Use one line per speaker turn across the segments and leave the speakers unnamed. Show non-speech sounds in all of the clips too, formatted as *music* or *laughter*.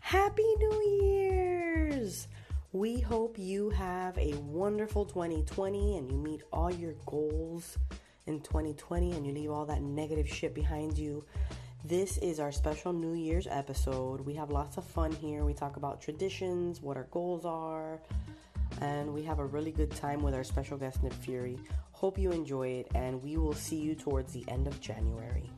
Happy New Year's! We hope you have a wonderful 2020 and you meet all your goals in 2020 and you leave all that negative shit behind you. This is our special New Year's episode. We have lots of fun here. We talk about traditions, what our goals are, and we have a really good time with our special guest, Nip Fury. Hope you enjoy it, and we will see you towards the end of January.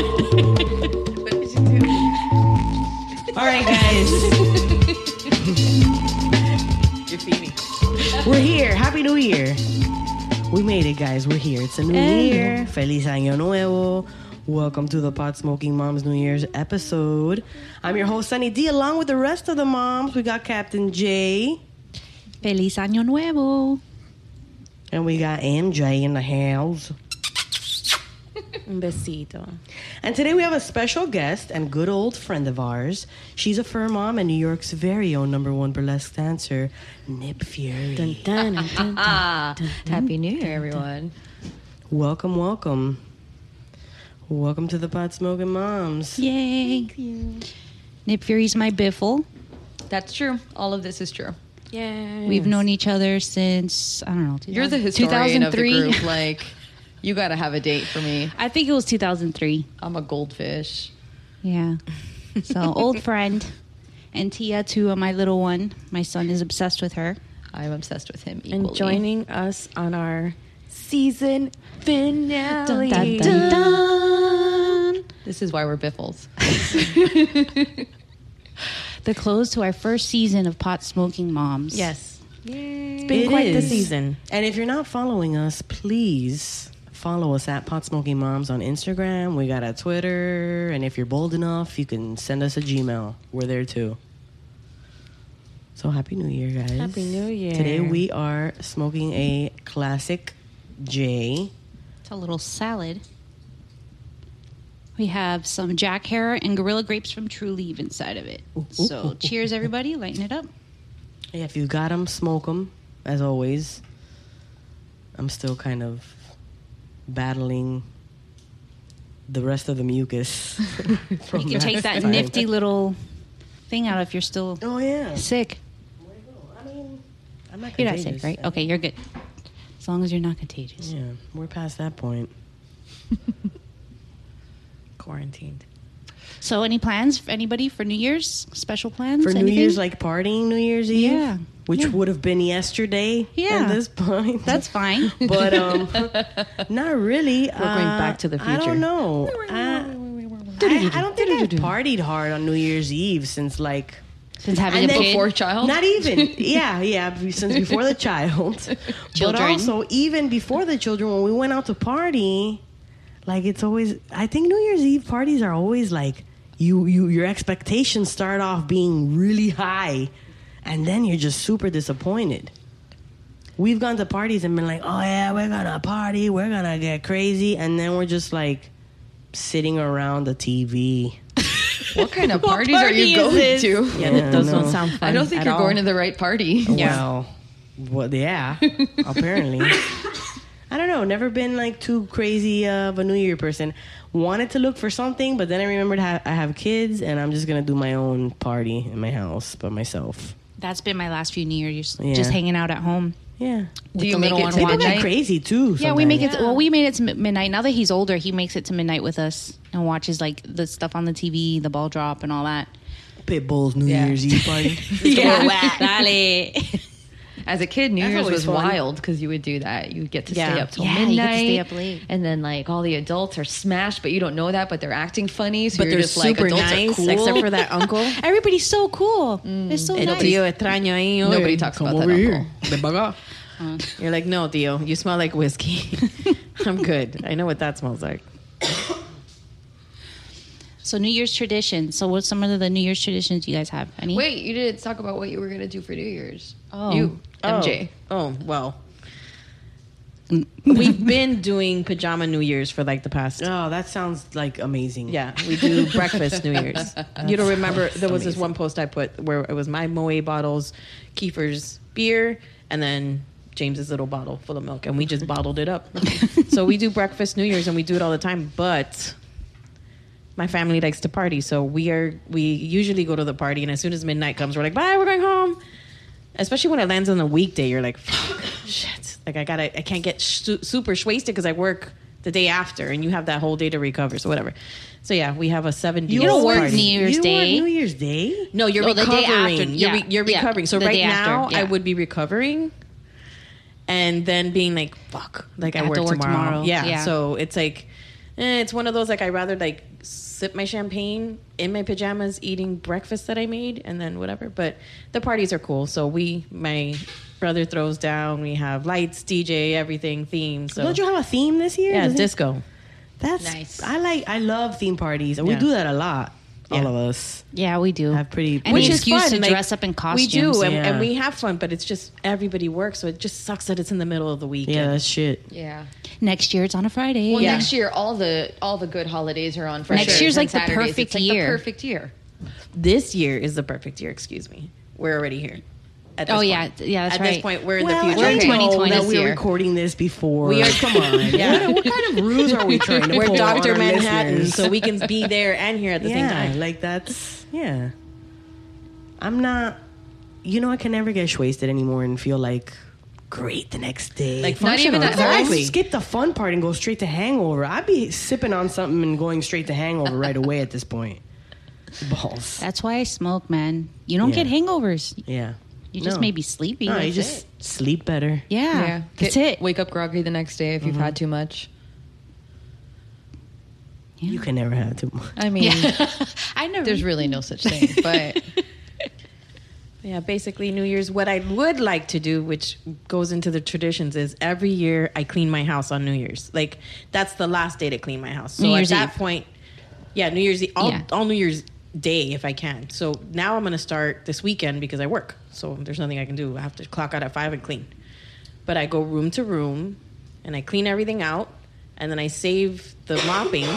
What did you do?
All right, guys,
You're feeding.
We're here. Happy New Year. We made it, guys. We're here. It's a new
Hello.
year. Feliz Año Nuevo. Welcome to the Pot Smoking Moms New Year's episode. I'm your host, Sunny D, along with the rest of the moms. We got Captain J,
feliz año nuevo.
and we got MJ in the house.
*laughs* Un besito.
And today we have a special guest and good old friend of ours. She's a fur mom and New York's very own number one burlesque dancer, Nip Fury.
Ah, happy new year, everyone.
Welcome, welcome. Welcome to the Pot Smoking Moms.
Yay! Nip Fury's my biffle.
That's true. All of this is true.
*laughs* Yeah.
We've known each other since I don't know. 2000
You're the historian of the
2003.
group. Like, you gotta have a date for me.
I think it was 2003.
I'm a goldfish.
Yeah. *laughs* So old friend, and Tia too. My little one. My son is obsessed with her.
I'm obsessed with him. Equally.
and joining us on our season
Dun, dun,
finale.
dun, dun.
This is why we're biffles.
The close to our first season of pot smoking moms.
Yes. It's
It
been quite the
is.
season.
And if you're not following us, please follow us at Pot Smoking Moms on Instagram. We got a Twitter. And if you're bold enough, you can send us a Gmail. We're there too. So happy New Year, guys.
Happy New Year.
Today we are smoking a classic J.
It's a little salad. We have some jack hair and gorilla grapes from True Leave inside of it. So, cheers, everybody. Lighten it up.
Yeah, if you got them, smoke them, as always. I'm still kind of battling the rest of the mucus.
*laughs* You can take that nifty little thing out if you're still
Oh yeah.
sick.
I mean, I'm not
You're not sick,
contagious.
right? Okay, you're good. As long as you're not contagious.
Yeah, we're past that point.
Quarantined.
So, any plans for anybody for New Year's? Special plans?
For New
Anything?
Year's, like partying New Year's Eve,
Yeah.
which
Yeah.
would have been yesterday
Yeah.
at this *laughs* point.
That's
*laughs*
fine.
but um,
*laughs*
not really. We're
going back to the
I
future.
don't know. I, I, I don't think
*laughs*
I've partied hard on New Year's Eve since like
Since having
And
a
then-
kid.
Before child.
Not
*laughs*
even. Yeah, yeah. Since before the child. But
Children.
also, even before the children, when we went out to party, like it's always, I think New Year's Eve parties are always like, you, you your expectations start off being really high and then you're just super disappointed. We've gone to parties and been like, oh yeah, we're gonna party, we're gonna get crazy, and then we're just like sitting around the TV.
What kind of parties are you going to?
Yeah,
Yeah,
those
no.
don't sound fun.
I don't think
at
you're
all.
going to the right party.
Well, well,
*laughs*
yeah. apparently, I don't know. Never been like too crazy of a New Year person. Wanted to look for something, but then I remembered ha- I have kids, and I'm just gonna do my own party in my house by myself.
That's been my last few New Year's.
Yeah.
Just hanging out at home.
Yeah,
Do you
the
make
little
it
one
to
watching.
midnight?
That's crazy too.
Yeah, we make it.
sometimes.
well, we made it to mi- midnight. Now that he's older, he makes it to midnight with us and watches like the stuff on the TV, the ball drop, and all that.
Pitbull's New
Yeah.
Year's Eve party.
*laughs* Yeah, dale.
As a kid, New
That's
Year's
always
was
fun.
wild because you would do that. You would get to
Yeah.
stay up till
Yeah, you
midnight.
get to stay up late.
And then like all the adults are smashed, but you don't know that, but they're acting funny. So
But
you're
they're
just like
super
adults
nice,
are cool.
except for *laughs* that uncle.
*laughs* Everybody's so cool. They're so
El
nice.
tío extraño ahí. oye.
Nobody talks about that uncle.
You're like, no, tío, you smell like whiskey. *laughs* I'm good. I know what that smells like.
So New Year's tradition. So what's some of the New Year's traditions you guys have? Any?
Wait, you didn't talk about what you were gonna do for New Year's.
Oh.
You, MJ.
Oh, oh well. We've been doing pajama New Year's for like the past.
Oh, that sounds like amazing.
Yeah, we do breakfast New Year's. You don't remember? There was this one post I put where it was my Moe bottles, Kiefer's beer, and then James's little bottle full of milk, and we just bottled it up. so we do breakfast New Year's, and we do it all the time. But my family likes to party, so we are we usually go to the party, and as soon as midnight comes, we're like, bye, we're going home. Especially when it lands on a weekday, you're like, fuck, shit. Like I gotta, I can't get sh- super wasted because I work the day after, and you have that whole day to recover. So whatever. So yeah, we have a seven.
You don't work
party.
New Year's
you
Day.
work New Year's Day?
No, you're
Oh, the day
recovering.
after,
You're,
yeah,
you're
yeah,
recovering. So
the
right
day after,
now, I
yeah.
would be recovering, and then being like, "Fuck!" Like I,
have
work,
to work
tomorrow.
tomorrow.
Yeah.
Yeah.
So it's like, eh, it's one of those like I would rather like sip my champagne in my pajamas, eating breakfast that I made, and then whatever. But the parties are cool. So we, my brother throws down. We have lights, DJ, everything, themed. So
Don't you have a theme this year?
yeah,
Doesn't-
disco.
That's
Nice.
I like. I love theme parties, and
Yeah.
we do that a lot.
Yeah.
All of us.
Yeah, we do.
Have pretty-
Any
Which is
excuse to
like,
dress up in costumes.
We do, and,
Yeah.
and we have fun, but it's just everybody works, so it just sucks that it's in the middle of the week.
Yeah, that's shit.
Yeah.
Next year it's on a Friday.
Well, next year all the all the good holidays are on. Fridays
Next year's
and
like the
Saturdays.
perfect
It's like
year.
The perfect year.
this year is the perfect year. Excuse me. We're already here. At
Oh,
point.
yeah. Th- yeah, that's
At this
right.
point, we're in
well,
the
I
future.
didn't
Okay.
know
2020
that
this
we were
year.
recording this before.
We are. Come on. *laughs* Yeah.
What, what kind of ruse
*laughs*
are we trying to
We're
pull on
Doctor
our
Manhattan,
listeners?
so we can
*laughs*
be there and here at the
yeah,
same time.
like that's yeah. I'm not. You know, I can never get wasted anymore and feel like great the next day. *laughs*
Like
Not even
functional.
that-
I
exactly.
skip the fun part and go straight to hangover. I'd be sipping on something and going straight to hangover right away at this point.
*laughs*
Balls.
That's why I smoke, man. You don't
Yeah.
get hangovers.
Yeah.
You just
No.
may be sleepy.
No, you
That's
just
it.
sleep better.
yeah, that's
Get-
it.
Wake up groggy the next day if you've had too much.
You can never have too much.
I mean,
I never.
there's really no such thing.
*laughs*
But
Yeah, basically New Year's. What I would like to do, which goes into the traditions, is every year I clean my house on New Year's. Like that's the last day to clean my house. So
New
at
Year's
that
Eve.
point, yeah, New Year's Eve, all,
Yeah.
all New Year's Day if I can. So now I'm gonna start this weekend because I work. So there's nothing I can do. I have to clock out at five and clean. But I go room to room, and I clean everything out, and then I save the mopping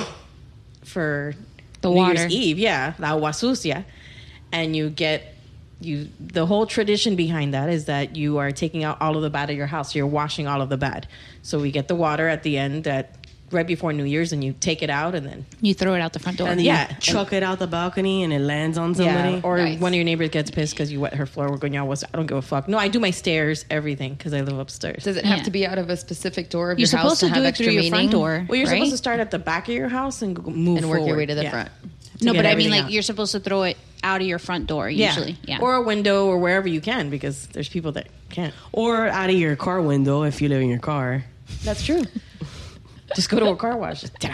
for
The
New
water.
Year's Eve, yeah, la agua sucia, and you get you. The whole tradition behind that is that you are taking out all of the bad of your house. You're washing all of the bad. So we get the water at the end at right before New Year's, and you take it out, and then
you throw it out the front door.
And then
Yeah.
you chuck it out the balcony and it lands on somebody.
yeah, or
Nice.
one of your neighbors gets pissed because you wet her floor. We're going, y'all, what's I don't give a fuck. No, I do my stairs, everything, because I live upstairs.
does it have
Yeah.
to be out of a specific door of
You're
your
supposed
house
to
have
do it
extra
through your
meaning?
front door.
well, you're
right?
supposed to start at the back of your house and go- move
and work your way
forward.
to the
Yeah.
front.
No,
get
but I mean,
everything
like
out.
you're supposed to throw it out of your front door usually. Yeah.
or a window or wherever you can, because there's people that can't.
Or out of your car window if you live in your car.
That's true. just go to a
*laughs*
car wash. Just, ta-da.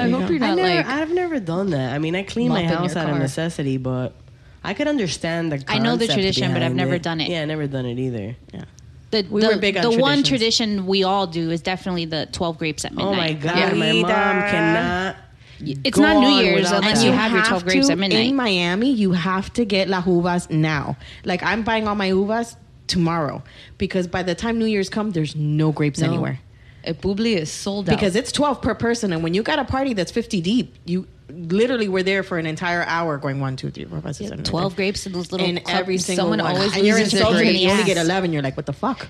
I hope you're
I
not
never,
like
I've never done that. I mean, I clean my
Mop in
house
your
out of
car.
necessity, but I could understand the.
I know the
concept
tradition, but I've
behind
never done it.
Yeah, I never done it either.
Yeah.
the
We
the,
were big on
the one
traditions.
tradition we all do is definitely the 12 grapes at midnight.
Oh my god,
Yeah.
my mom
Rita.
cannot.
It's
Go
not New
on
Year's
without
unless
that.
you have, your 12 grapes
to-
at midnight.
In Miami, you have to get la uvas now. Like I'm buying all my uvas tomorrow because by the time New Year's come, there's no grapes anywhere.
A Bubli is sold out.
Because it's 12 per person and when you got a party that's 50 deep, you literally were there for an entire hour going one, two, three, four, five, six, seven, eight,
12
nine.
grapes in those little
in
cup-
every single
someone
one.
always
and you're
loses a
insulted and
grape.
you only get
Yes.
11 you're like what the fuck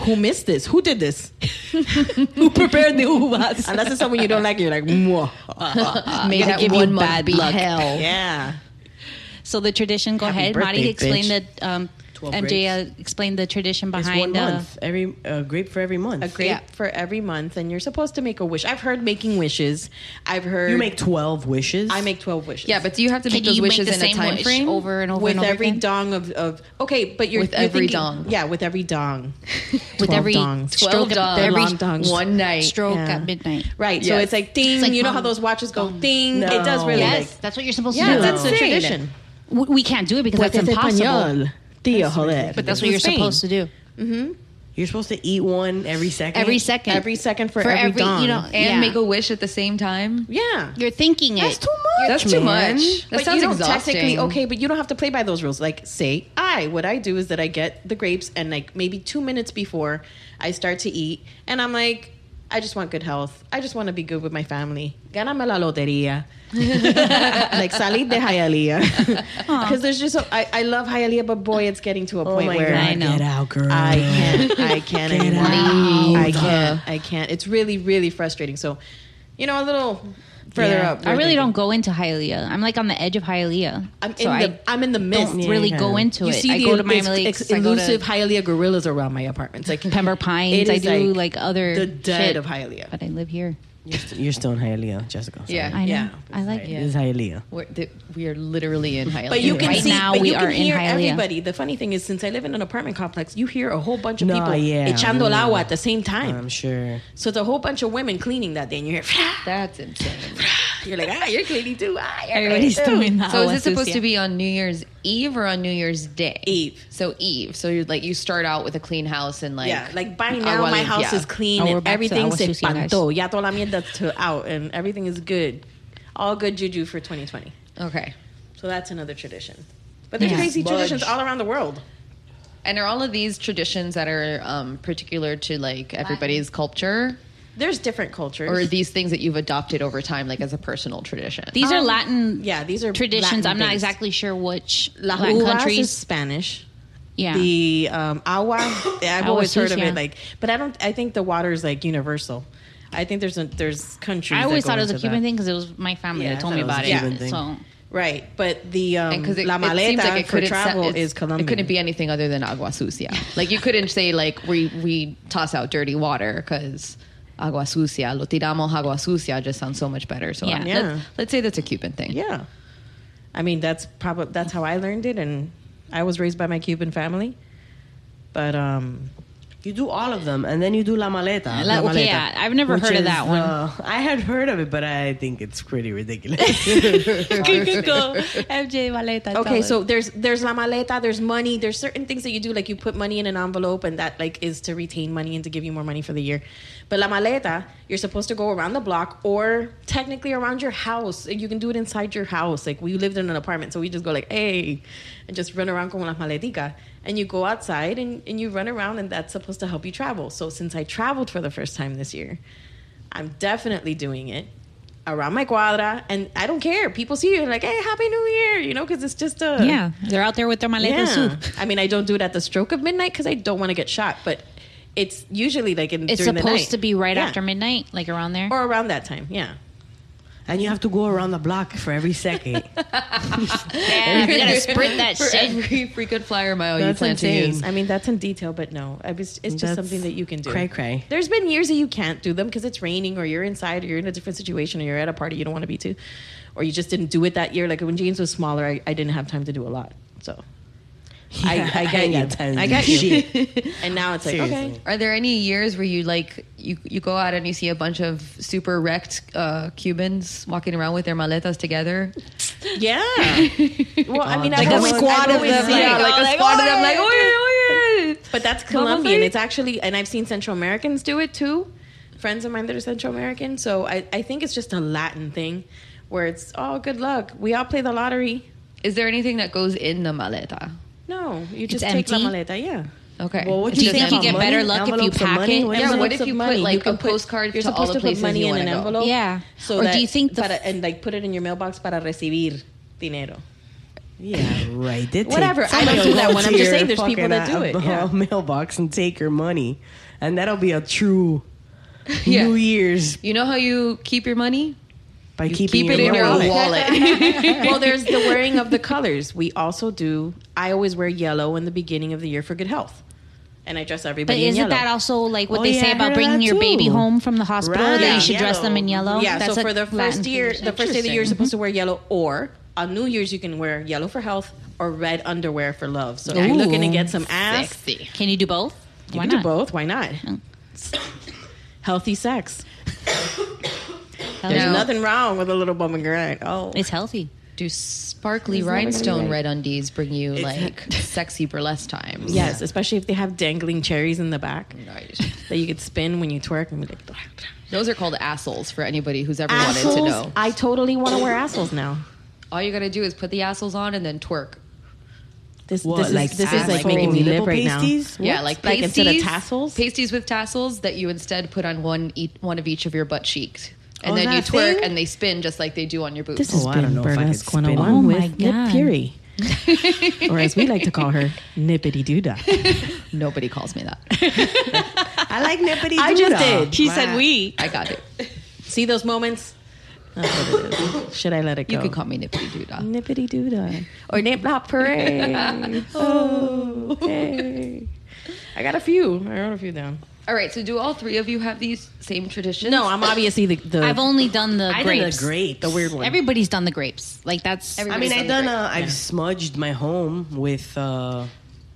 who missed this who did this who prepared the uvas unless it's someone you don't like you're like Mwah.
May
gotta
that
give you
one month
bad
be
luck.
hell.
*laughs* yeah
So the tradition, go ahead. Madi
birthday,
explained
bitch.
the um,
12
MJ uh, explained the tradition
It's
behind
one
uh,
month. Every a grape for every month.
a grape
Yeah.
for every month and you're supposed to make a wish I've heard making wishes I've heard
You make twelve wishes.
I make 12 wishes
Yeah, but do you have to
Can
make those
you make
wishes
the
in a
same
time
wish
frame?
Oh,
over and over
with
and over
every
again?
dong of, of okay, but you're
With
you're
every
thinking-
dong.
yeah, with every dong,
with
12
every
dongs.
stroke,
12
at,
dongs.
every
Long dongs.
One night.
stroke
Yeah.
at midnight.
right? So
Yes.
it's like ding.
It's like
you know
bong,
how those watches go
bong.
ding. It does
No.
really
Yes,
like
that's what you're supposed
yeah,
to do.
that's a
insane.
tradition.
W- we can't do it because that's impossible.
Tío, joder.
But that's what you're supposed to do
You're supposed to eat one every second.
every second.
Every second for every dong.
you know,
and
yeah.
make a wish at the same time.
Yeah.
You're thinking it.
That's too
much.
That's too
man.
much. That
but
sounds
you don't
exhausting.
technically okay, but you don't have to play by those rules. Like say I, what I do is that I get the grapes and like maybe two minutes before I start to eat, and I'm like, I just want good health. I just want to be good with my family. Ganame la lotería. *laughs* like salid de Hialeah. Because there's just so I, I love Hialeah, but boy, it's getting to a point where
God. I know.
Get out, girl.
I can't. I can't
Oh Get
anymore.
out.
I can't. I can't. It's really, really frustrating. So, you know, a little further
Yeah.
up.
I
we're
really
thinking-
don't go into Hialeah. I'm like on the edge of Hialeah.
I'm in
so
the.
I
I, am in the midst.
don't really
Yeah.
go into
You
it.
see
I
the
go to
this
Miami Lakes.
ex-
I go
elusive
to
Hialeah gorillas around my apartments. Like
Pembroke Pines.
*laughs* It
I
is
do like, other
the dead
shit,
of Hialeah.
But I live here.
You're, st- you're still in Hialeah, Jessica. Sorry.
Yeah.
I know.
Yeah.
I like it.
Yeah.
This is Hialeah.
We're, th- we are literally in Hialeah.
But you
right
can
Right
see.
now
but
we
you can
are in
hear
Hialeah.
everybody. The funny thing is, since I live in an apartment complex, you hear a whole bunch of
No,
people
yeah.
echando el
Mm.
agua at the
Um,
same time.
I'm sure.
so it's a whole bunch of women cleaning that day, and you hear. *laughs*
That's insane.
You're like, ah, you're cleaning too. Ah, you're
Everybody's
cleaning too.
doing that.
So is it supposed to be on New Year's Eve or on New Year's Day?
Eve.
So Eve. So you're like you start out with a clean house and like
yeah, like by now
agua
my
limpia.
house is clean
Oh, we're
and
back to
everything's
agua sucia, guys.
espanto. Ya toda la mierda to out and everything is good. All good juju for 2020.
okay.
So that's another tradition. But there's
Yeah.
crazy
Smudge.
traditions all around the world.
And are all of these traditions that are um, particular to like everybody's culture,
There's different cultures.
or are these things that you've adopted over time, like as a personal tradition?
These are Latin
um, yeah, these are
traditions.
Latin
I'm not
based.
exactly sure which
La
Latin
uvas
countries.
is Spanish.
yeah.
The um,
*coughs*
agua, yeah, I've
Agua
always heard of
sucia.
it. Like, but I don't. I think the water is like universal. I think there's a, there's countries.
I always
that go
thought it was a
into
Cuban
that.
thing because it was my family
Yeah, I
that told
thought
me
it was a
about it.
Cuban
thing.
*laughs*
So
right? But the um,
because it,
la
it seems
maleta
like it
for
couldn't
travel
se- it's-
is Colombian.
It couldn't be anything other than agua
*laughs*
sucia. like you couldn't say like we we toss out dirty water because agua sucia, lo tiramos agua sucia just sounds so much better. So
Yeah.
um,
Yeah.
Let's, let's say that's a Cuban thing.
Yeah. I mean, that's probably that's how I learned it, and I was raised by my Cuban family. But um,
You do all of them, and then you do la maleta.
La- okay,
maleta,
yeah, I've never
which
heard of
is,
that one.
uh, I had heard of it, but I think it's pretty ridiculous.
FJ Valeta.
okay, so there's there's la maleta, there's money, there's certain things that you do, like you put money in an envelope, and that like is to retain money and to give you more money for the year. But la maleta, you're supposed to go around the block, or technically around your house. You can do it inside your house. Like we lived in an apartment, so we just go like, hey, and just run around con las maleticas, and you go outside and, and you run around, and that's supposed to help you travel. So since I traveled for the first time this year, I'm definitely doing it around my cuadra, and I don't care. People see you and like, hey, happy new year, you know, because it's just a
yeah, they're out there with their maleta
uh, yeah.
soup.
I mean, I don't do it at the stroke of midnight because I don't want to get shot, but it's usually like in
It's
during the
supposed
night.
to be right
Yeah.
after midnight, like around there.
or around that time. Yeah,
and you have to go around the block for every second.
yeah, you
*laughs*
gotta sprint that
For
shit.
every frequent flyer mile you
That's
plan to
insane.
use.
I mean that's in detail, but no, I was, it's just
That's
something that you can do.
cray cray.
There's been years that you can't do them because it's raining, or you're inside, or you're in a different situation, or you're at a party you don't want to be to, or you just didn't do it that year. Like when James was smaller, I, I didn't have time to do a lot, so. I, I
I
get
ain't
you.
got time to
I
do
get you. and now it's like
*laughs*
okay.
Seriously.
Are there any years where you like you you go out and you see a bunch of super wrecked uh, Cubans walking around with their maletas together? *laughs*
Yeah. well, I mean,
Like
I've
a
always,
squad
I've
of
always
them,
seen-
like-
yeah, like, a squad of them, like oh yeah, oh yeah.
But that's Colombian. It's actually, and I've seen Central Americans do it too. Friends of mine that are Central American. So I, I think it's just a Latin thing where it's, oh, good luck. We all play the lottery.
Is there anything that goes in the maleta?
No, you just
empty?
take la maleta. Yeah.
Okay.
Well, what
Do you
Just
think you
envelope.
get better
Money?
luck if you
Envelopes of
pack
money?
it?
What do
yeah,
Envelopes
what if you put like a postcard
You're
to all
supposed
the
to put
places
money
you
in
want
an
to go?
envelope.
Yeah.
So
Or do
that-
you think the-
para, and like put it in your mailbox para recibir dinero?
yeah, right. They take
Whatever, I
fucking
don't do that
go
one.
to
I'm just
your
saying there's people
fucking,
that do
uh, *laughs*
it, yeah.
Mailbox and take your money, and that'll be a true
Yeah.
New Year's
You know how you keep your money?
by
You
keeping Oh,
keep it in your
wallet.
*laughs*
wallet.
well, there's the wearing of the colors. We also do. I always wear yellow in the beginning of the year for good health, and I dress
But
everybody. in
isn't
yellow.
that also like what
Oh,
they
yeah, I
say
heard
about
of
bringing
that
your baby
too.
home from the hospital? That
Right.
you should dress them in yellow.
Yeah.
That's
so
a
for the
Latin
first year,
tradition.
the first day of the year, you're supposed to wear yellow. Or on New Year's, you can wear yellow for health or red underwear for love. So if you're looking to get some ass,
Sexy.
Can you do both?
you
Why not?
can
Oh.
do both. Why not? Healthy sex.
Hell
There's
yeah.
nothing wrong with a little bum and grind. Oh,
It's healthy.
Do sparkly
never gonna be
rhinestone
right.
red undies bring you like sexy burlesque times?
Yes, especially if they have dangling cherries in the back
Right.
that you could spin when you twerk and be like. blah, blah.
Those are called assholes for anybody who's ever wanted to
Assholes.
know.
I totally want to wear assholes now.
All you gotta do is put the assholes on and then twerk.
This,
What,
this is
like
this is like
asshole
making me
nipple
live right
pasties?
now.
Yeah,
What?
like
like
pasties,
instead of tassels.
pasties with tassels that you instead put on one each, one of each of your butt cheeks, and
Oh,
then you
that
twerk
thing?
and they spin just like they do on your boobs.
This has
Oh, I
been
don't know if I could
Burlesque
spin.
101
Oh my
with Nip
God.
Fury. or as we like to call her, Nippity Doodah.
Nobody calls me that.
I like nippity.
I just
doodah.
did. She said we.
I got it.
See those moments? That's what it is. Should I let it go?
You could call me nippity doodah.
Nippity Doodah. Or Nip Lop Parade. oh, hey. I got a few. I wrote a few down.
All right. So do all three of you have these same traditions?
No, I'm obviously the. the
I've only done the
I did
grapes.
a grape.
The weird one.
Everybody's done the grapes. Like that's
Every-
I mean,
Based on
I've
the
done.
grape.
Uh, I've smudged my home with uh,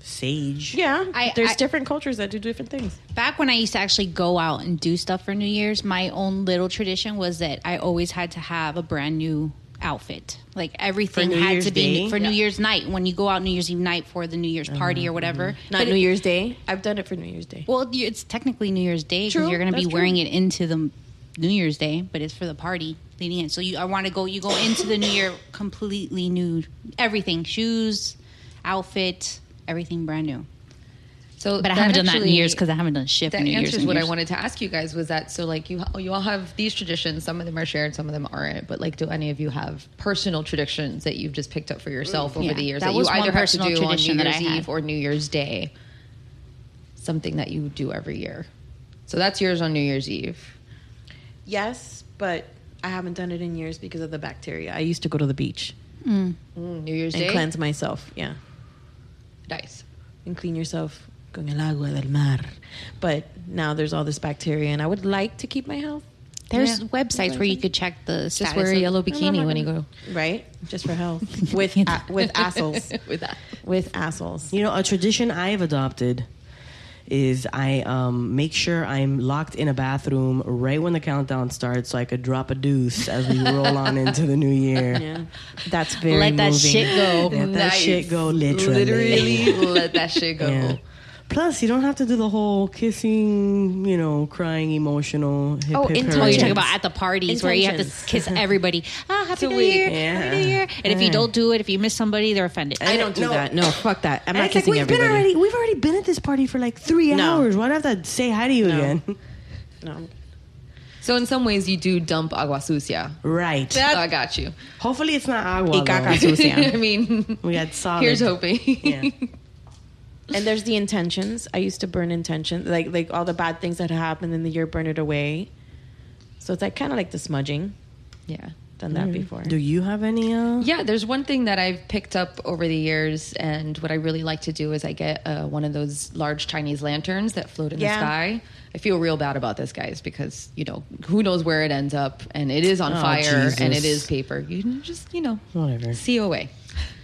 sage.
yeah.
I-
there's
I-
different cultures that do different things.
back when I used to actually go out and do stuff for New Year's. My own little tradition was that I always had to have a brand new outfit. Like everything
New
had
Year's
to be
Day?
for New Year's night when you go out New Year's Eve night for the New Year's party
Uh-huh.
or whatever.
Mm-hmm. Not
But
New
it-
Year's Day. I've done it for New Year's Day.
Well, you- it's technically New Year's Day
True,
because you're going to be
that's
wearing
true.
it into the New Year's Day, but it's for the party leading in. So you, I want to go. You go into the New Year completely new, everything, shoes, outfit, everything brand new.
So,
But I haven't done that in
actually-
years because I haven't done shit.
That
in New Year's
answers
and
what I
Year's.
wanted to ask you guys was that so like you you all have these traditions. Some of them are shared, some of them aren't. But like, do any of you have personal traditions that you've just picked up for yourself over
Yeah,
the years
that
that, you
was
either
one
have to
personal
do on New
tradition that I
Year's
had.
Eve or New Year's Day? Something that you do every year. So that's yours on New Year's Eve.
Yes, but I haven't done it in years because of the bacteria. I used to go to the beach
Mm, New Year's
and
Day.
cleanse myself. Yeah.
Nice.
and clean yourself con el agua del mar. But now there's all this bacteria, and I would like to keep my health,
There's
Yeah.
websites where you could check the
Just
status
wear a
of-
yellow
I'm
bikini
not
when you go
right? Just for *laughs* health, with a, with assholes,
with that.
*laughs* with assholes.
You know, a tradition I've adopted is I um, make sure I'm locked in a bathroom right when the countdown starts, so I could drop a deuce as we roll on into the new year.
Yeah, that's very
Let that
moving.
shit go.
Let that
Nice.
shit go literally.
*laughs*
Literally, let that shit go.
Yeah. Plus, you don't have to do the whole kissing, you know, crying, emotional. Hip,
Oh,
hip,
intense.
hooray.
Oh, you're
Intentions.
talking about at the parties where you have to *laughs*
Intentions.
kiss everybody. Ah, happy
So
new
we-
year,
Yeah.
happy new year. And if you don't do it, if you miss somebody, they're offended.
I don't do
No.
that. No, fuck that. I'm
And
not
it's like
kissing
we've been
everybody.
already we've already been at this party for like three
No.
hours. Why do I have to say hi to you
No.
again? *laughs*
no,
So in some ways, you do dump agua sucia.
Right.
So I got you.
Hopefully, it's not agua.
Ikaka
though.
sucia.
*laughs* I mean,
We got solid.
here's hoping.
*laughs* Yeah.
and there's the intentions. I used to burn intentions, like like all the bad things that happened in the year, burn it away. So it's like kind of like the smudging.
*laughs* yeah.
Done *laughs*
Mm-hmm.
that before.
Do you have any? Uh,
Yeah, there's one thing that I've picked up over the years, and what I really like to do is I get uh, one of those large Chinese lanterns that float in the
Yeah.
sky. I feel real bad about this, guys, because you know who knows where it ends up, and it is on
Oh,
fire, and
Jesus.
it is paper. You can just you know,
Whatever.
COA.
*laughs*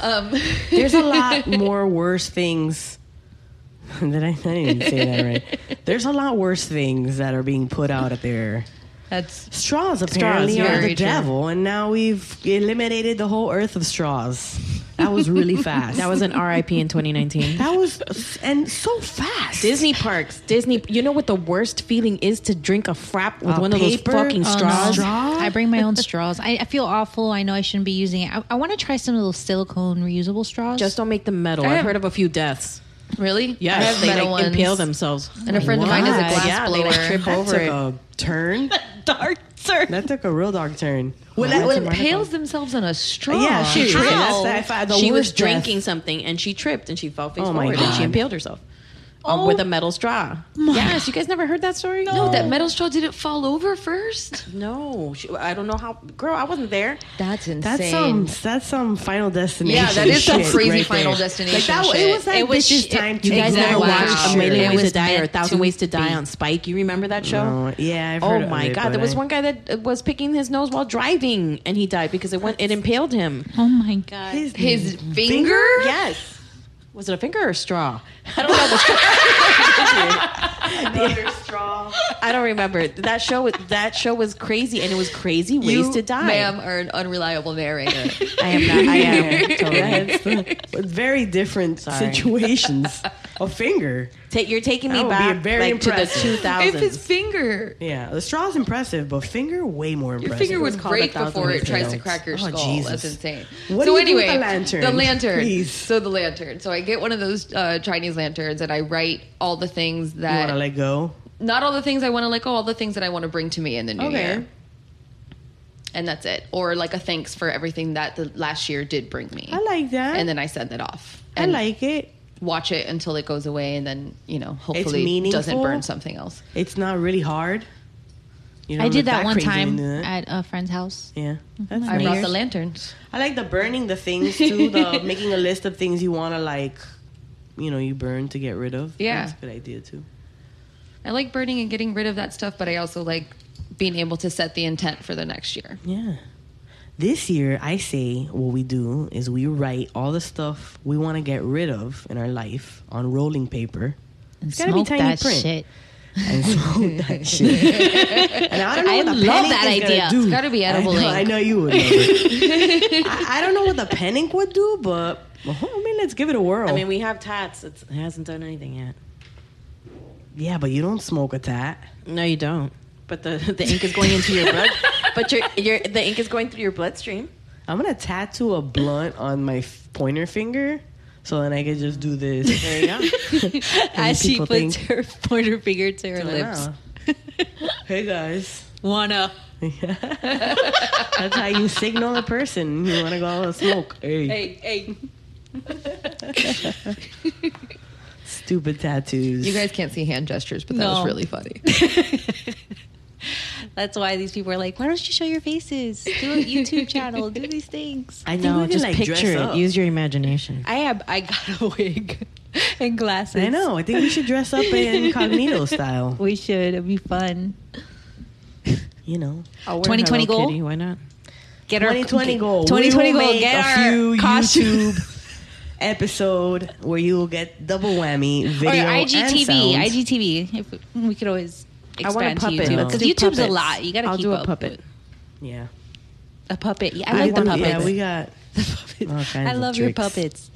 um,
There's a lot more worse things. *laughs* Did I, I didn't even say that right? There's a lot worse things that are being put out at there.
*laughs* that's
Straws apparently are
very
the
true.
devil, and now we've eliminated the whole earth of straws. That was really fast.
That
*laughs*
was an RIP in 2019.
that was and so fast.
Disney parks, Disney. You know what the worst feeling is to drink a frap with
A
one of
paper
those fucking
straw?
straws.
Straw?
Oh, I bring my own straws. I, I feel awful. I know I shouldn't be using it. I, I want to try some of those silicone reusable straws. *laughs*
Just don't make them metal.
I
I've
have-
heard of a few deaths.
really
Yes,
I have
they
metal
like impale
ones.
themselves. Ah,
And a friend of mine is a
Why?
glass
Yeah, they,
blower.
like, trip
that
over
took
it.
a turn.
dark sir.
That took a real dark turn.
Well, that,
that's
well,
a
it
miracle.
pales themselves on a straw.
Yeah, seriously.
How?
That's the, I- the
she was
worst death.
drinking something and she tripped and she fell face
Oh my
forward and
God.
she impaled herself um, with a metal straw. Yes, you guys never heard that story?
Oh. No, Oh, that metal straw didn't fall over first.
No, she, I don't know how. Girl, I wasn't there.
That's insane.
That's some that's some Final Destination.
Yeah, that is some
shit
crazy
right
Final
there.
Destination
Like that,
shit.
It was like
It was
this is
shit.
time to
You guys
die.
never
Wow.
watched A
Sure.
Million
It
Ways to
was
Die or A
meant
Thousand
to
Ways to Die
be.
on Spike? You remember that show?
No, yeah, I've heard
Oh
of
my
it,
God!
but
There was
I-
one guy that uh, was picking his nose while driving, and he died because it went it impaled him.
Oh my god.
his finger.
Yes, Was it a finger or a straw? *laughs* I don't know. The straw.
Another straw.
I don't remember. That show. was- That show was crazy, and it was crazy ways
you,
to die.
ma'am, are an unreliable narrator.
I am not. I
*laughs*
*laughs*
am totally.
Very different
*laughs*
situations. a finger.
Ta- you're taking
That
me
would be
back
very
like, to the
impressive.
two
if his
thousands.
finger,
Yeah, the straw's impressive, but finger way more
your
impressive.
finger would
called
break
a thousand
before it tries to
tales.
crack your
Oh,
skull. That's
Jesus.
insane.
What do
so
you do
anyway,
with the lantern?
the lantern.
Please.
So the lantern. So I get one of those uh, Chinese lanterns, and I write all the things
You want
that
to let go?
not all the things I want to like, all the things that I want to bring to me in the new
Okay.
year. And that's it. Or like a thanks for everything that the last year did bring me.
I like that.
And then I send it off.
I
And
like it.
watch it until it goes away and then, you know, hopefully
meaningful.
doesn't burn something else.
It's not really hard. You
I did
look
that
back
one
crazy
time
when you do that.
at a friend's house.
Yeah, that's
I brought
nice.
the lanterns.
I like the burning the things too.
*laughs*
The making a list of things you want to like, you know, you burn to get rid of.
Yeah.
that's a good idea too.
I like burning and getting rid of that stuff, but I also like being able to set the intent for the next year.
Yeah. This year, I say what we do is we write all the stuff we want to get rid of in our life on rolling paper
And
gotta be
smoke
tiny
that
print. *laughs*
shit.
and smoke that shit. And I don't know
I
what the
love
pen
that
ink is
idea.
gonna do.
It's gotta be edible
I know,
ink.
I know you would. Love it. I, I don't know what the pen ink would do, but well, I mean, let's give it a whirl.
I mean, we have tats. It's, it hasn't done anything yet.
yeah, but you don't smoke a tat.
No, you don't. But the *laughs* the ink is going into your blood. But your your the ink is going through your bloodstream.
I'm gonna tattoo a blunt on my f- pointer finger, so then I could just do this.
*laughs* There you go.
*laughs* As she
people
puts her *laughs* pointer finger to her
Wow.
lips.
Hey guys.
*laughs*
*laughs*
Wanna.
That's how you signal a person you want to go out and smoke. *laughs* Hey.
Hey, hey.
*laughs* Stupid tattoos.
You guys can't see hand gestures, but that
No.
was really funny.
That's why these people are like, why don't you show your faces? Do a YouTube channel. Do these things.
I
No, just
dress
picture it.
up.
Use your imagination.
I have. I got a wig and glasses.
I know. I think we should dress up in incognito style.
*laughs* We should. It'd be fun.
You know,
2020 goal?
Kitty, why not?
Get
2020 goal.
2020
We will
goal.
make
Get
a
our
few
costume.
YouTube episode where you will get double whammy
Or
video and
IGTV.
sound.
IGTV. If we, we could always
I want a
expand to
puppet.
YouTube
Let's
because
do
YouTube's a
puppets.
lot. You got to
I'll
keep
do a
up
puppet.
with-
Yeah.
A puppet. Yeah, I like the
want-
puppets. *laughs*
Yeah, we got.
The puppets.
All kinds
I
of
love your
tricks.
puppets.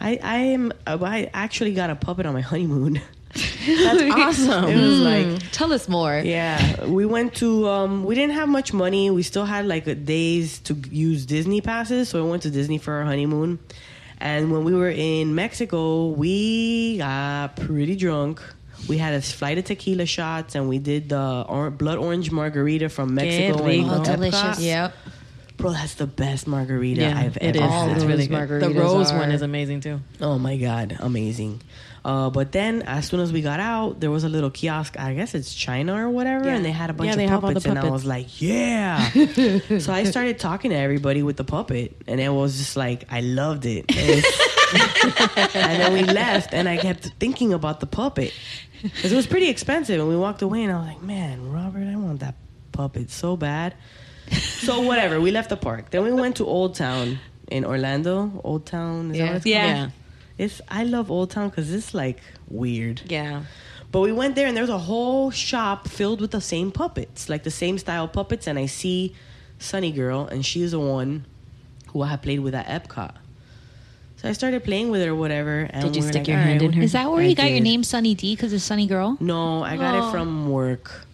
I I am. I actually got a puppet on my honeymoon. *laughs*
*laughs*
That's awesome.
It was like
Tell us more.
Mm. Yeah, we went to. Um, we didn't have much money. We still had like a days to use Disney passes, so we went to Disney for our honeymoon. And when we were in Mexico, we got pretty drunk. We had a flight of tequila shots, and we did the or- blood orange margarita from Mexico. and
rico. Oh,
delicious.
Yep.
Bro, that's the best margarita I've ever
it is.
All
had.
It's
those
really good. The
margaritas
rose
are-
one is amazing too.
Oh my god, amazing. Uh, but then, as soon as we got out, there was a little kiosk. I guess it's China or whatever,
Yeah.
and they had a bunch
Yeah,
of
they have all the
puppets, and I
puppets.
was like, "Yeah!"
*laughs*
so I started talking to everybody with the puppet, and it was just like I loved
*laughs*
it. It's- *laughs* and then we left, and I kept thinking about the puppet because it was pretty expensive. And we walked away, and I was like, "Man, Robert, I want that puppet so bad." So whatever, we left the park. Then we went to Old Town in Orlando. Old Town, is that what it's
Yeah.
Yeah.
it's I love Old Town because it's like weird.
Yeah.
But we went there and there was a whole shop filled with the same puppets, like the same style puppets. And I see Sunny Girl, and she's the one who I had played with at Epcot. So I started playing with her, or whatever. And
Did you
we were
stick
like,
your
"All
hand in
we-
her?"
Is that where
I
you got your
did.
name Sunny D? Because it's Sunny Girl
No, I got
Oh.
it from work.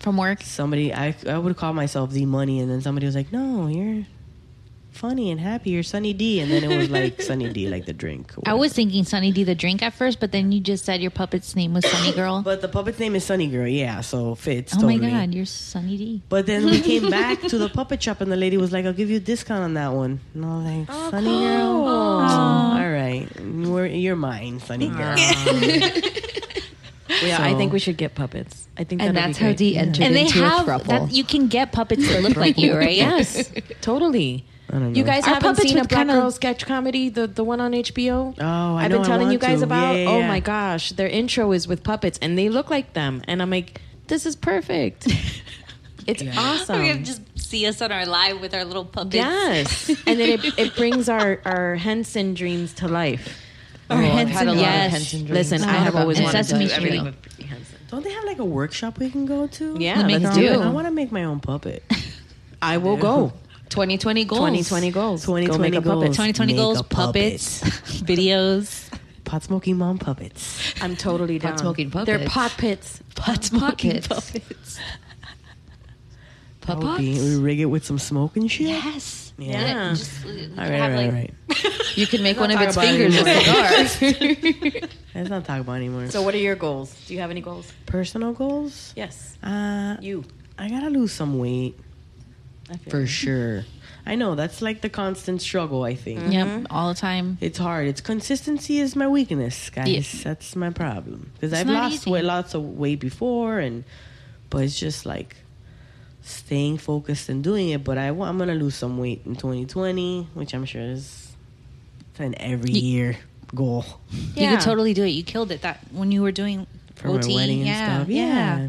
from work.
Somebody, I I would call myself the money, and then somebody was like, "No, you're." Funny and happy, you're Sunny D, and then it was
*laughs*
like Sunny D, like the drink. or
I
whatever.
was thinking Sunny D the drink at first, but then you just said your puppet's name was Sunny Girl.
*coughs* but the puppet's name is Sunny Girl, yeah. So fits.
oh
totally.
my god, you're Sunny D.
But then we
*laughs*
came back to the puppet shop, and the lady was like, "I'll give you a discount on that one." And I was like, "Sunny girl, all right, We're, you're mine, Sunny girl." *laughs*
Yeah,
So-
I think we should get puppets. I think
And
that'd
that's
be
how
great.
D entered
And they
into
have
a throuple.
that
*laughs*
you can get puppets that look like you, right?
Yes, totally.
I don't know.
You guys
Our
haven't
puppets
seen a
would
Black
kinda-
Girl sketch comedy, the the one on HBO.
Oh, I
have
know, I
been telling
want
you guys
to.
about.
Yeah, yeah,
oh
yeah.
my gosh, their intro is with puppets, and they look like them, and I'm like, this is perfect.
*laughs*
It's awesome.
We have just see us on our live with our little puppets. *laughs*
*laughs* Yes, and then it, it brings our our Henson dreams to life.
Oh,
I've had a lot
Yes.
of Henson drinks.
Listen, I have always
And
wanted to
sesame
do everything
street.
with Pretty Henson.
Don't they have like a workshop we can go to?
Yeah,
Let me
let's
go.
do it.
I want to make my own puppet.
I will go.
2020 goals.
2020 goals. go make
2020
a puppet.
goals.
2020
Make
goals,
a
puppets, *laughs* videos.
Pot smoking mom puppets.
I'm totally
Pot
down.
smoking
They're
puppets.
pot
*laughs*
pits.
Pot
*laughs*
smoking puppets.
That would be-
Puppets.
We rig it with some smoke and shit.
Yes.
Yeah.
Just, uh, we could
All right, all
have,
right, all
like,
right.
*laughs*
You can make one of
talk
its
about it
fingers a cigar.
*laughs*
Let's not talk about it anymore.
So, what are your goals? Do you have any goals?
personal goals?
Yes.
Uh,
You.
I gotta lose some weight
I feel
for
you.
sure. I know that's like the constant struggle. I think
Mm. Mm-hmm.
Yep, all the time.
it's hard. It's consistency is my weakness, guys.
Yes.
That's my problem because
It's
I've
not
lost
easy.
weight, lots of weight before, and but it's just like staying focused and doing it. But I wa- I'm gonna lose some weight in 2020, which I'm sure is it's an every
Ye-
year goal
You
Yeah.
could totally do it. You killed it that when you were doing
for
OT.
my wedding and
yeah,
stuff.
yeah.
Yeah,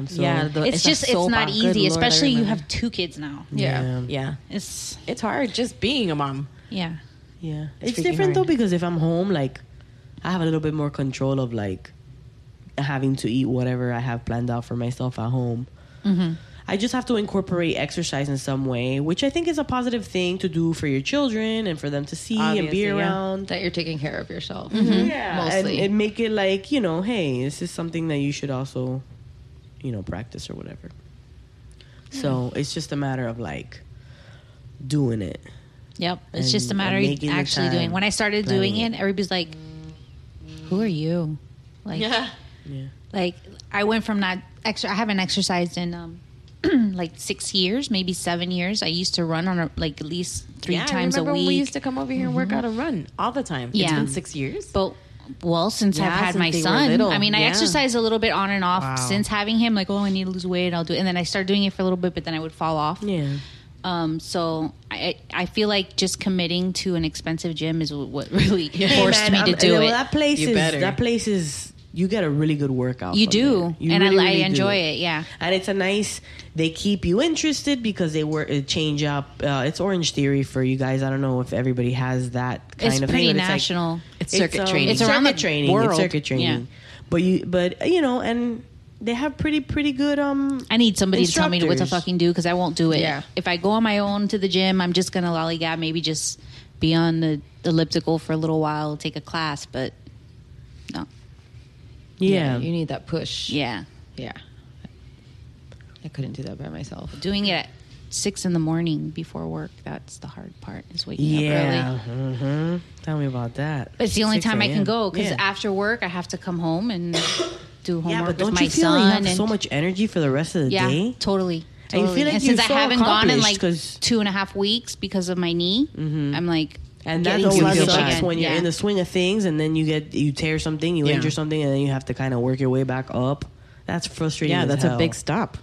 yeah. So,
Yeah, the-
It's,
a
just it's
soap
not
opera. Good
easy,
Lord, I
especially you
remember.
have two kids now.
*laughs* Yeah.
Yeah.
It's
It's hard just being a mom.
yeah.
Yeah.
It's
It's,
freaking
different
hard.
though because if I'm home, like I have a little bit more control of like having to eat whatever I have planned out for myself at home. Mm-hmm. I just have to incorporate exercise in some way, which I think is a positive thing to do for your children and for them to see and
Obviously,
be
yeah.
around.
that you're taking care of yourself. Mm-hmm.
Mm-hmm.
Yeah,
Mostly.
and, and make it like you know, hey, this is something that you should also, you know, practice or whatever. So it's just a matter of like doing it.
Yep. It's
And-
just a matter
and
of
making the
actually doing.
time,
When I started doing
planning
it, everybody's like, "Who are you?" Like,
Yeah.
like I went from not extra. I haven't exercised in um, *clears throat* like six years, maybe seven years. I used to run on a, like at least three
Yeah, I
times a
remember when
week.
we used to come over here and work out and run all the time. It's
Yeah.
been six years.
But well, since
Yeah,
I've had
since
my
they were
son,
little.
I mean, I
Yeah.
exercise a little bit on and off
Wow.
since having him. Like, oh, I need to lose weight, I'll do it, and then I start doing it for a little bit, but then I would fall off.
Yeah.
Um, so I I I feel like just committing to an expensive gym is what really forced
Hey,
me
man,
to
I'm-
do
well,
it.
That place
You
is
better.
that place is you get a really good workout.
you
from
do,
there. You
and
really,
I,
really
I enjoy
do.
it. Yeah,
And it's a nice. They keep you interested because they work it change up. Uh, it's Orange Theory for you guys. I don't know if everybody has that kind
it's
of
pretty
thing. but
national.
It's circuit
um,
training.
It's
It's
around
around the
circuit training.
world.
It's circuit training. But you, but you know, and they have pretty pretty good. Um,
I need somebody to tell me what to
Instructors.
fucking do because I won't do it.
Yeah.
If I go on my own to the gym, I'm just gonna lollygag, maybe just be on the elliptical for a little while, take a class, but no,
yeah,
You need that push.
yeah,
Yeah. I couldn't do that by myself.
doing it at six in the morning before work. That's the hard part is waking up
yeah.
early.
hmm Tell me about that.
But it's the only
6
time I can
a.m..
go because
Yeah.
after work I have to come home and do homework
Yeah, but don't
with my
you feel
son.
like you have
and
so much energy for the rest of the
yeah,
day?
totally.
And you
totally.
feel like
and
you're
since I
so
haven't gone in
accomplished
like
'cause- Mm-hmm.
two and a half weeks because of my knee, I'm like,
And that's
getting
always
to it
sucks
again.
when you're
Yeah.
in the swing of things, and then you get you tear something, you
Yeah.
injure something, and then you have to kind of work your way back up. That's frustrating.
yeah,
as
that's a
hell.
big stop.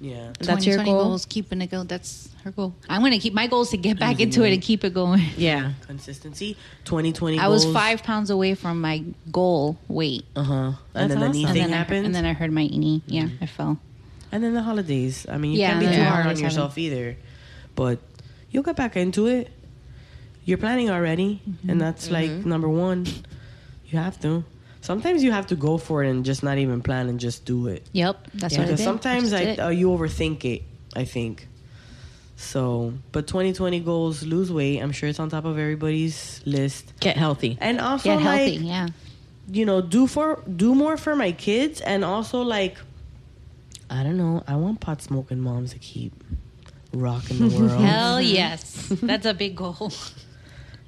yeah.
That's your
2020
goal?
Goals, keeping it go. That's her goal. I'm gonna keep my goal is to get back into it
Mm-hmm.
and keep it going.
Yeah.
Consistency. Twenty twenty.
I was five pounds away from my goal weight,
Uh huh. And
That's
then the knee
awesome.
thing
then I,
happens, Mm-hmm.
and then I heard my knee. Yeah, I fell.
the holidays. I mean, you
Yeah,
can't be
the
too hard on
holidays
yourself either, but you'll get back into it. You're planning already,
Mm-hmm.
and that's like number one. You have to. Sometimes you have to go for it and just not even plan and just do it.
Yep, that's what I
because
did.
sometimes
Just
I
did it.
uh, you overthink it. I think. So, but 2020 goals lose weight. I'm sure it's on top of everybody's list,
Get healthy.
and also
get
like
healthy. yeah,
you know do for do more for my kids, and also like I don't know. I want pot smoking moms to keep rocking
*laughs*
the world.
hell *laughs* yes, that's a big goal.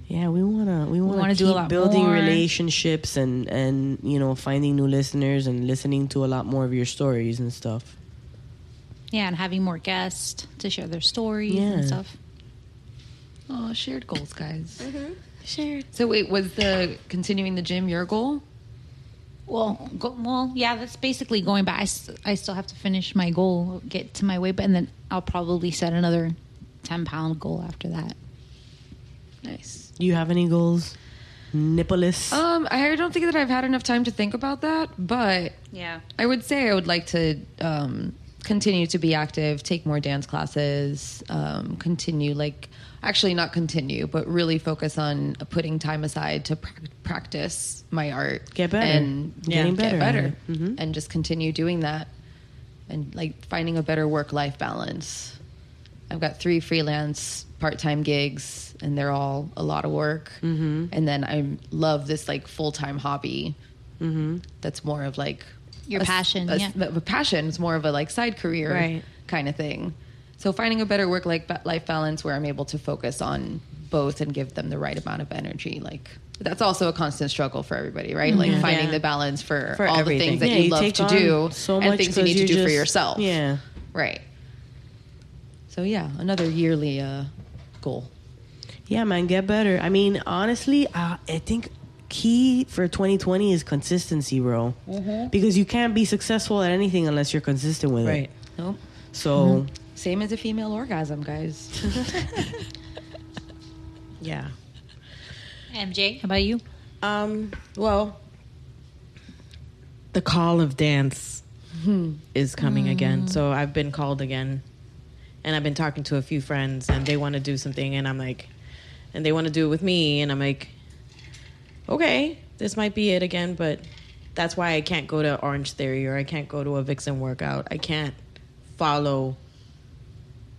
Yeah, we wanna we wanna,
wanna do
do
a
keep
lot
building
more.
relationships and and you know finding new listeners and listening to a lot more of your stories and stuff.
Yeah, and having more guests to share their stories
Yeah.
and stuff.
Oh, shared goals, guys. Shared. Mm-hmm. So wait, was the continuing the gym your goal?
Well, go, well, yeah, that's basically going back. I, s- I still have to finish my goal, get to my weight, but and then I'll probably set another ten pound goal after that.
Nice.
Do you have any goals, Nicholas?
Um, I don't think that I've had enough time to think about that, but
Yeah.
I would say I would like to um, continue to be active, take more dance classes, um, continue like actually not continue, but really focus on putting time aside to prac practice my art,
Get better.
and
Yeah. Mm-hmm. Getting better
get
at
better,
Mm-hmm.
and just continue doing that, and like finding a better work life balance. I've got three freelance part time gigs, and they're all a lot of work. Mm-hmm. And then I love this like full time hobby
Mm-hmm.
that's more of like
Your
a s-
passion,
a s-
yeah.
the- the passion is more of a like side career
Right.
kind of thing. So finding a better work like life balance where I'm able to focus on both and give them the right amount of energy, like. That's also a constant struggle for everybody, right? Like finding
Mm-hmm. Yeah.
the balance for,
For
all
everything.
the things that you, love
take
to
on
do
so
and
much
things you
'cause
need to
you're
do for
just-
yourself.
Yeah.
Right. So yeah, another yearly uh, goal.
Yeah, man, get better. I mean, honestly, uh, I think key for 2020 is consistency, bro.
Mm-hmm.
Because you can't be successful at anything unless you're consistent with
Right.
it.
Nope.
So,
Same as a female orgasm, guys.
Yeah.
MJ, how about you?
Um, well, the call of dance
Hmm.
is coming again. So I've been called again. And I've been talking to a few friends and they want to do something and I'm like and they want to do it with me and I'm like okay, this might be it again, but that's why I can't go to Orange Theory or I can't go to a Vixen workout. I can't follow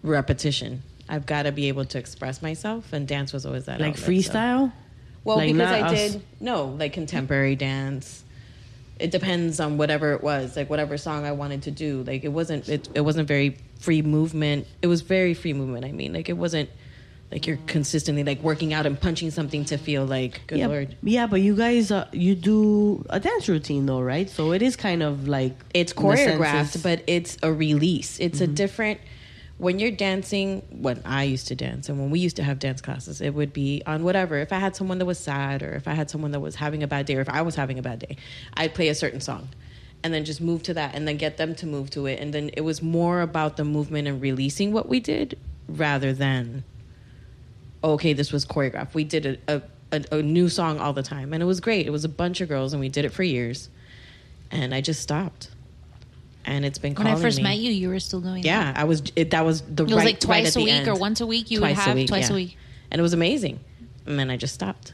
repetition. I've got to be able to express myself and dance was always that
like
outlet, so-
freestyle?
well,
Like, not
because I
us-
did no like contemporary dance. It depends on whatever it was, like whatever song I wanted to do. Like it wasn't it, it wasn't very free movement. It was very free movement. I mean, like it wasn't like you're consistently like working out and punching something to feel like good
yeah,
lord.
yeah, but you guys, uh, you do a dance routine though, right? So it is kind of like
It's
in a sense,
choreographed,
it's-
but it's a release. It's a different when you're dancing, when I used to dance and when we used to have dance classes, it would be on whatever. If I had someone that was sad or if I had someone that was having a bad day or if I was having a bad day, I'd play a certain song and then just move to that and then get them to move to it. And then it was more about the movement and releasing what we did rather than okay, this was choreographed. We did a, a, a, a new song all the time, and it was great. It was a bunch of girls, and we did it for years. And I just stopped, and it's been
When
calling
I first
me.
met you, you were still doing that.
Yeah, I was. It, that was the
It was like
right, right
twice
at
a
the
week or
end.
once a week. You would have twice a
yeah.
week.
and it was amazing. And then I just stopped.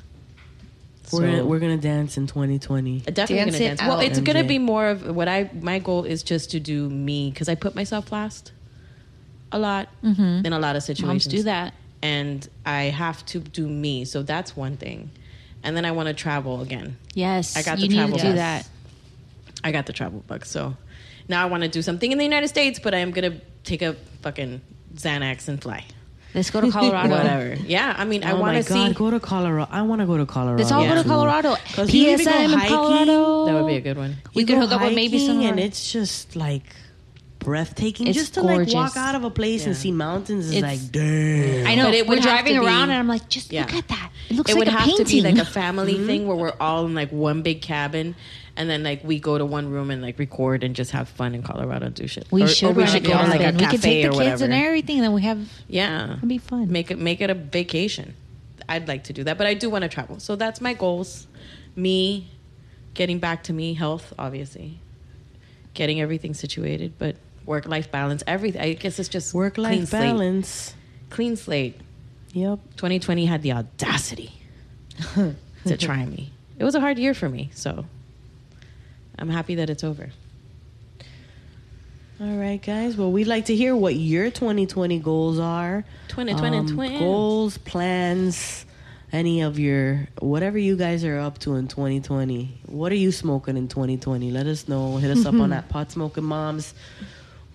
We're,
So-
gonna, we're gonna dance in 2020.
definitely
Dance
gonna
it
dance. Well,
out,
it's gonna
MJ.
be more of what I my goal is just to do me because I put myself last a lot in a lot of situations.
Mm-hmm. Moms do that.
and I have to do me. So that's one thing. And then I want to travel again.
Yes,
I got
you
the
need
travel
to do
bug.
that.
I got the travel bug. So now I want to do something in the United States, but I am gonna take a fucking Xanax and fly.
Let's
*laughs*
go to Colorado.
Whatever. Yeah, I mean, I
oh
want
my
to see.
god, go to Colorado. I want to go to Colorado.
Let's all go to
too.
Colorado.
'Cause you even go
PSI in
hiking,
Colorado.
That would be a good one.
We
You
could
go
hook up with maybe
hiking
some.
and it's just like breathtaking.
It's
just to
gorgeous.
like walk out of a place and see mountains is
It's-
like damn.
I know.
But it would
we're
have
driving
to be-
around, and I'm like, just
Yeah.
look at that. It looks
it
like
would
a
have
painting. Mm-hmm.
to be like a family thing where we're all in like one big cabin and then like we go to one room and like record and just have fun in colorado and do shit
we
Or- or
should
we
run
should
a
go to like a
cabin. we could
cafe
take the
or
kids
whatever.
and everything. Then we have.
yeah
It'd be fun.
make it make it a vacation i'd like to do that but i do want to travel so that's my goals me getting back to me health obviously getting everything situated but work life balance everything i guess it's just
Work
clean
life
slate.
balance.
clean slate
Yep.
2020 had the audacity to try me. It was a hard year for me, so I'm happy that it's over.
All right, guys. Well, we'd like to hear what your 2020 goals are. Um,
2020 twins.
Goals, plans, any of your whatever you guys are up to in 2020. What are you smoking in 2020? Let us know. Hit us up
*laughs*
on that pot smoking moms.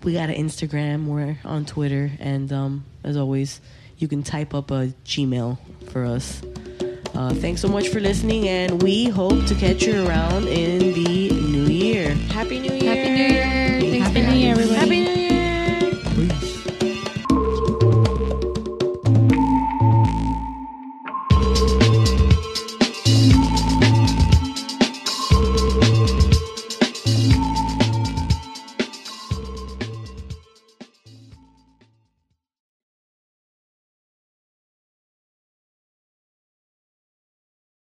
We got an Instagram. We're on Twitter, and um, as always, you can type up a Gmail for us. Uh, thanks so much for listening, and we hope to catch you around in the new year.
Happy New Year!
Happy New Year.